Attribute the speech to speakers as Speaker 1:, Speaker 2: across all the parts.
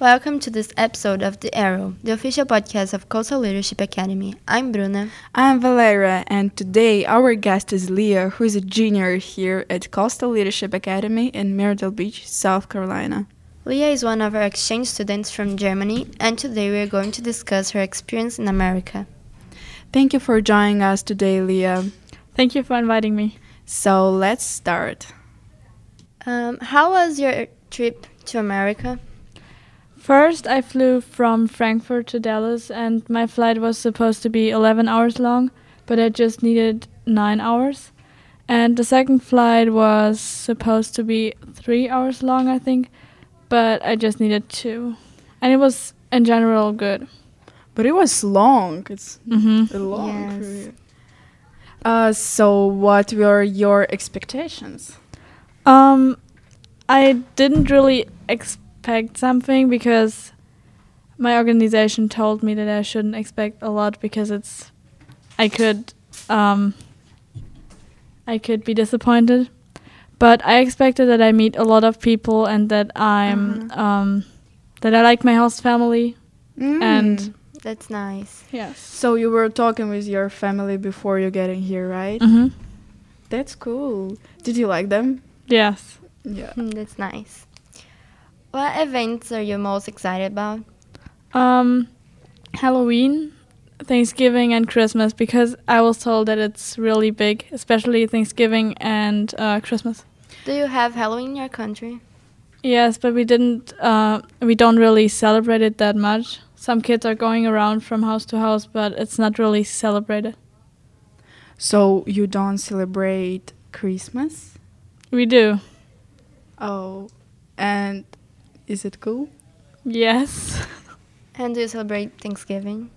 Speaker 1: Welcome to this episode of The Arrow, the official podcast of Coastal Leadership Academy. I'm Bruna.
Speaker 2: I'm Valera, and today our guest is Leah, who is a junior here at Coastal Leadership Academy in Myrtle Beach, South Carolina.
Speaker 1: Leah is one of our exchange students from Germany, and today we are going to discuss her experience in America.
Speaker 2: Thank you for joining us today, Leah.
Speaker 3: Thank you for inviting me.
Speaker 2: So let's start.
Speaker 1: Um, how was your trip to America?
Speaker 3: First, I flew from Frankfurt to Dallas, and my flight was supposed to be 11 hours long, but I just needed 9 hours. And the second flight was supposed to be 3 hours long, I think, but I just needed 2. And it was, in general, good.
Speaker 2: But it was long. It's
Speaker 3: Mhm.
Speaker 2: a long
Speaker 1: Yes.
Speaker 2: career. Uh, so what were your expectations?
Speaker 3: Um, I didn't really expect something because my organization told me that I shouldn't expect a lot because it's I could um I could be disappointed. But I expected that I meet a lot of people and that I'm
Speaker 2: Mhm.
Speaker 3: um that I like my host family and
Speaker 1: That's nice.
Speaker 3: yes.
Speaker 2: Mm. so you were talking with your family before you getting here, right?
Speaker 3: Mhm.
Speaker 2: That's cool. Did you like them?
Speaker 3: Yes.
Speaker 2: Yeah.
Speaker 1: Hmm, That's nice. What events are you most excited about?
Speaker 3: Um, Halloween, Thanksgiving, and Christmas because I was told that it's really big, especially Thanksgiving and uh, Christmas.
Speaker 1: Do you have Halloween in your country?
Speaker 3: Yes, but we didn't. Uh, we don't really celebrate it that much. Some kids are going around from house to house, but it's not really celebrated.
Speaker 2: So you don't celebrate Christmas?
Speaker 3: We do.
Speaker 2: Oh, and is it cool?
Speaker 3: Yes.
Speaker 1: And do you celebrate Thanksgiving?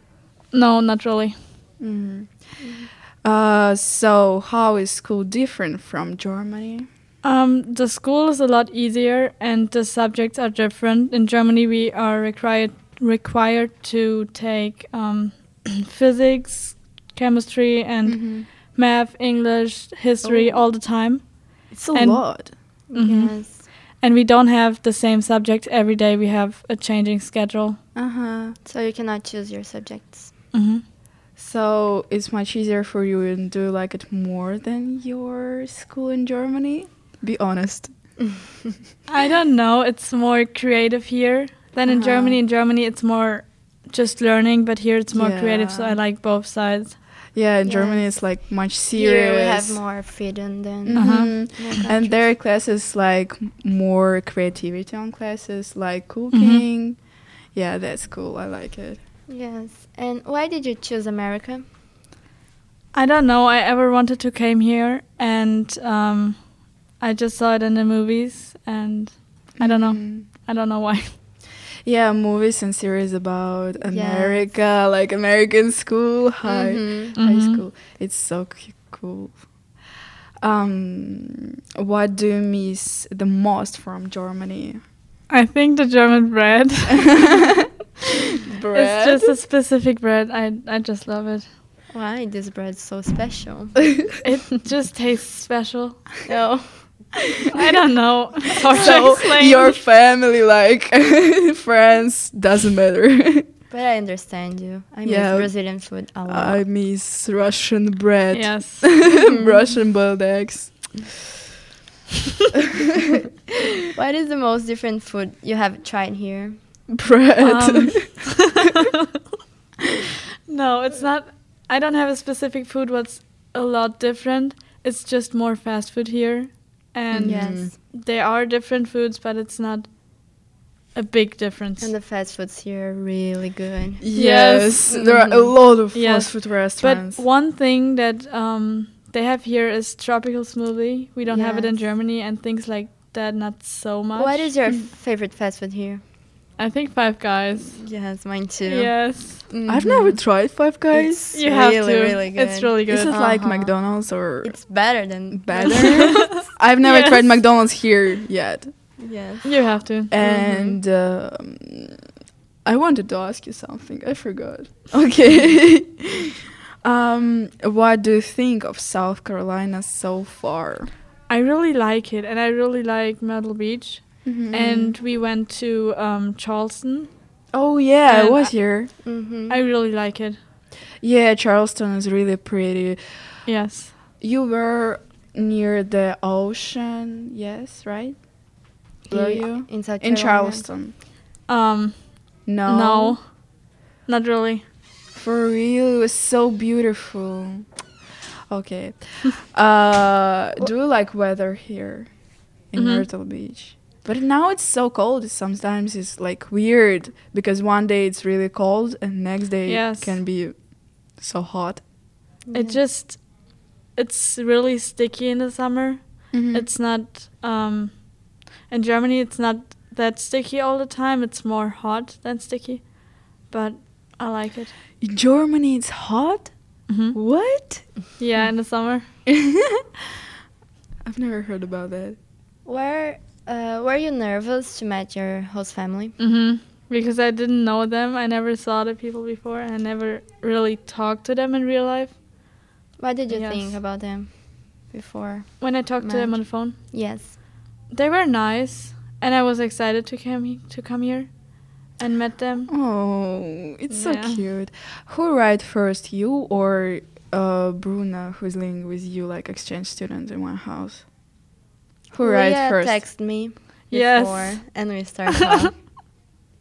Speaker 3: no, not really.
Speaker 2: Mm. Uh, so how is school different from Germany?
Speaker 3: Um, the school is a lot easier, and the subjects are different. In Germany, we are required required to take um, physics, chemistry, and math, English, history
Speaker 2: Mm. Oh.
Speaker 3: all the time.
Speaker 2: It's a
Speaker 3: And-
Speaker 2: lot. Mm-hmm.
Speaker 3: Mhm.
Speaker 1: Yes.
Speaker 3: And we don't have the same subject every day. We have a changing schedule.
Speaker 2: Uh huh.
Speaker 1: So you cannot choose your subjects.
Speaker 3: Mm-hmm.
Speaker 2: So it's much easier for you, and do you like it more than your school in Germany? Be honest.
Speaker 3: I don't know. It's more creative here than in
Speaker 2: Uh-huh.
Speaker 3: Germany. In Germany, it's more just learning, but here it's more creative. So
Speaker 2: Yeah.
Speaker 3: I like both sides.
Speaker 2: Yeah, in Germany
Speaker 1: Yes.
Speaker 2: it's like much
Speaker 1: Here
Speaker 2: serious.
Speaker 1: we have more freedom than.
Speaker 3: Mhm.
Speaker 1: in
Speaker 2: Mhm.
Speaker 1: your country.
Speaker 2: And there are classes like m- more creativity on classes like cooking. Yeah, that's cool. I like it.
Speaker 1: Yes. And why did you choose America?
Speaker 3: I don't know. I ever wanted to came here, and um, I just saw it in the movies, and I don't know.
Speaker 2: Mhm.
Speaker 3: I don't know why.
Speaker 2: Yeah, movies and series about
Speaker 1: Yes.
Speaker 2: America, like American school, high
Speaker 1: Mhm.
Speaker 2: high
Speaker 3: Mhm.
Speaker 2: school. It's so cu- cool. Um, what do you miss the most from Germany?
Speaker 3: I think the German bread. It's
Speaker 2: Bread.
Speaker 3: just a specific bread. I I just love it.
Speaker 1: Why this bread so special?
Speaker 3: It just tastes special.
Speaker 1: no.
Speaker 3: I don't know. It's hard to
Speaker 2: so
Speaker 3: explain.
Speaker 2: your family, like friends, doesn't matter.
Speaker 1: But I understand you. I
Speaker 2: Yeah.
Speaker 1: miss Brazilian food a lot.
Speaker 2: I miss Russian bread.
Speaker 3: yes.
Speaker 2: Russian boiled eggs.
Speaker 1: What is the most different food you have tried here?
Speaker 2: Bread.
Speaker 3: Um, no, it's not. I don't have a specific food. What's a lot different? It's just more fast food here, and
Speaker 2: Yeah.
Speaker 1: Yes.
Speaker 3: there are different foods, but it's not a big difference.
Speaker 1: And the fast foods here are really good.
Speaker 2: Yes,
Speaker 3: Yes. mm-hmm.
Speaker 2: there are a
Speaker 1: Mhm.
Speaker 2: lot of
Speaker 3: Yes.
Speaker 2: fast food
Speaker 3: But
Speaker 2: restaurants.
Speaker 3: one thing that um, they have here is tropical smoothie. We don't have it in
Speaker 1: Yes.
Speaker 3: Germany, and things like that not so much.
Speaker 1: What is your favorite fast food here?
Speaker 3: I think Five Guys.
Speaker 1: Yes, mine too.
Speaker 3: Yes,
Speaker 2: I've never tried Five Guys.
Speaker 1: It's
Speaker 3: you have
Speaker 1: really,
Speaker 3: to.
Speaker 1: really good.
Speaker 3: It's really good. Oh.
Speaker 2: Is it like
Speaker 1: Uh-huh.
Speaker 2: McDonald's or
Speaker 1: It's better than
Speaker 2: better? I've never
Speaker 3: Yes. Mm-hmm.
Speaker 2: tried McDonald's here yet,
Speaker 1: yes.
Speaker 3: you have to.
Speaker 2: and um, I wanted to ask you something. I forgot. Okay. um, what do you think of South Carolina so far?
Speaker 3: I really like it, and I really like Myrtle Beach.
Speaker 1: Mm.
Speaker 3: and we went to um, Charleston.
Speaker 2: oh yeah, I
Speaker 3: and
Speaker 2: was
Speaker 3: I-
Speaker 2: here.
Speaker 1: Mm-hmm.
Speaker 3: I really like it.
Speaker 2: Yeah, Charleston is really pretty.
Speaker 3: Yes.
Speaker 2: You were near the ocean, yes, right? Were you
Speaker 1: in South Carolina.
Speaker 2: in Charleston?
Speaker 3: Um,
Speaker 2: No,
Speaker 3: no. not really.
Speaker 2: For real, it was so beautiful. Okay. uh, do you like weather here in
Speaker 3: Mhm.
Speaker 2: Myrtle Beach? But now it's so cold. Sometimes it's like weird because one day it's really cold and next day
Speaker 3: Yes.
Speaker 2: it can be so hot.
Speaker 3: It just, it's really sticky in the summer. It's not. Um, in Germany, it's not that sticky all the time. It's more hot than sticky, but I like it.
Speaker 2: in Germany. It's hot.
Speaker 3: Mm-hmm. Mm.
Speaker 2: What?
Speaker 3: Yeah, in the summer.
Speaker 2: I've never heard about that.
Speaker 1: Were uh, Were you nervous to meet your host family?
Speaker 3: Mm-hmm. Because I didn't know them. I never saw the people before. and I never really talked to them in real life.
Speaker 1: What did you
Speaker 3: Yes.
Speaker 1: think about them before?
Speaker 3: When I talked to them on
Speaker 1: Match.
Speaker 3: the phone,
Speaker 1: Yes.
Speaker 3: they were nice, and I was excited to come he- to come here, and met them.
Speaker 2: Oh, it's
Speaker 3: Yeah.
Speaker 2: so cute. Who arrived first, you or uh, Bruna, who's living with you, like exchange student in one house? Who arrived
Speaker 1: Leah
Speaker 2: first?
Speaker 1: texted me before,
Speaker 3: Yes.
Speaker 1: and we started. off.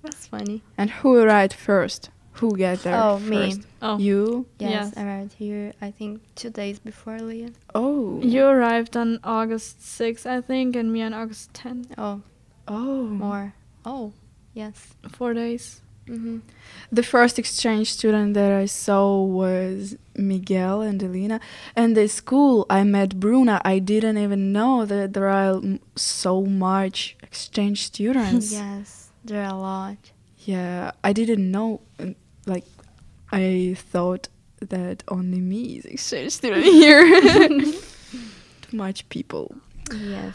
Speaker 1: That's funny.
Speaker 2: And who arrived first? Who got there
Speaker 1: Oh, me.
Speaker 2: first?
Speaker 3: Oh, you,
Speaker 2: You?
Speaker 1: Yes,
Speaker 3: Yes.
Speaker 1: I arrived here. I think two days before Leah.
Speaker 2: Oh.
Speaker 3: arrived on August 6th, I think, and me on August 10th.
Speaker 1: Oh,
Speaker 2: Oh.
Speaker 1: more. Oh, yes.
Speaker 3: Four days.
Speaker 1: Mm-hmm.
Speaker 2: The first exchange student that I saw was Miguel and Elena. And the school I met Bruna. I didn't even know that there are mm, so much exchange students.
Speaker 1: Yes, there are a lot.
Speaker 2: Yeah, I didn't know. uh, Like, I thought that only me is exchange student here. Too much people.
Speaker 1: Yes.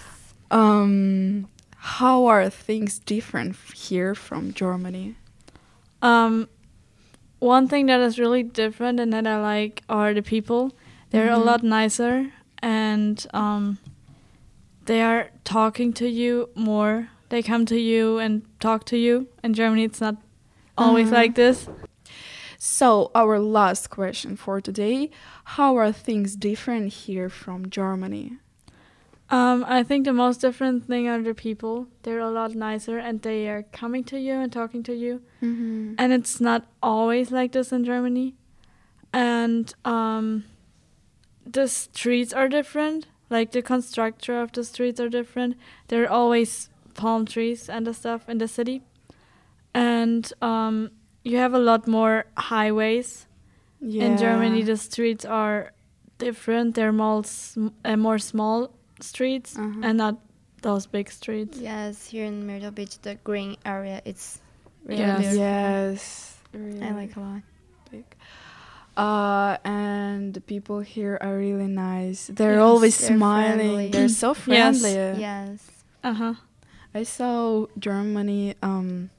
Speaker 2: Um, how are things different f- here from Germany?
Speaker 3: Um, one thing that is really different and that I like are the people. They're
Speaker 2: Mhm.
Speaker 3: a lot nicer and um, they are talking to you more. They come to you and talk to you. In Germany, it's not always
Speaker 2: Uh-huh.
Speaker 3: like this.
Speaker 2: So, our last question for today: How are things different here from Germany?
Speaker 3: Um, I think the most different thing are the people. They're a lot nicer and they are coming to you and talking to you.
Speaker 2: Mm-hmm.
Speaker 3: and it's not always like this in Germany. And um, the streets are different. Like the construction of the streets are different. There are always palm trees and the stuff in the city, and um, you have a lot more highways
Speaker 2: Yeah.
Speaker 3: in Germany. The streets are different. They're more sm- uh, more small streets
Speaker 2: Uh-huh.
Speaker 3: and not those big streets.
Speaker 1: Yes, here in Myrtle Beach, the green area, it's really
Speaker 3: Yes.
Speaker 1: beautiful.
Speaker 2: yes,
Speaker 1: I
Speaker 2: really
Speaker 1: like a lot.
Speaker 2: big. Uh, and the people here are really nice. They're
Speaker 1: Yes,
Speaker 2: always
Speaker 1: they're
Speaker 2: smiling.
Speaker 1: friendly.
Speaker 2: They're so friendly.
Speaker 1: Yes.
Speaker 3: Uh huh.
Speaker 2: I saw Germany um,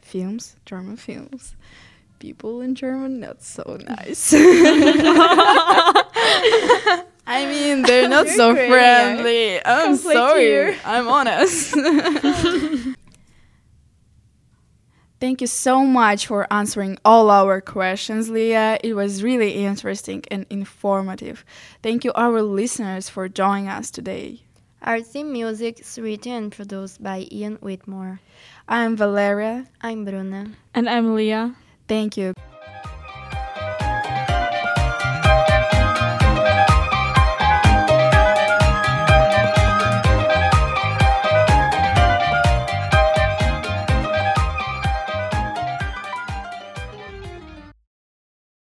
Speaker 2: films, German films. People in German not so nice. I mean, they're not
Speaker 1: You're
Speaker 2: so
Speaker 1: great.
Speaker 2: friendly. I'm
Speaker 1: Complete
Speaker 2: sorry.
Speaker 1: ear.
Speaker 2: I'm honest. Thank you so much for answering all our questions, Leah. It was really interesting and informative. Thank you, our listeners, for joining us today.
Speaker 1: Our theme music is written and produced by Ian Whitmore.
Speaker 2: I'm Valeria.
Speaker 1: I'm Bruna.
Speaker 3: And I'm Leah.
Speaker 2: Thank you.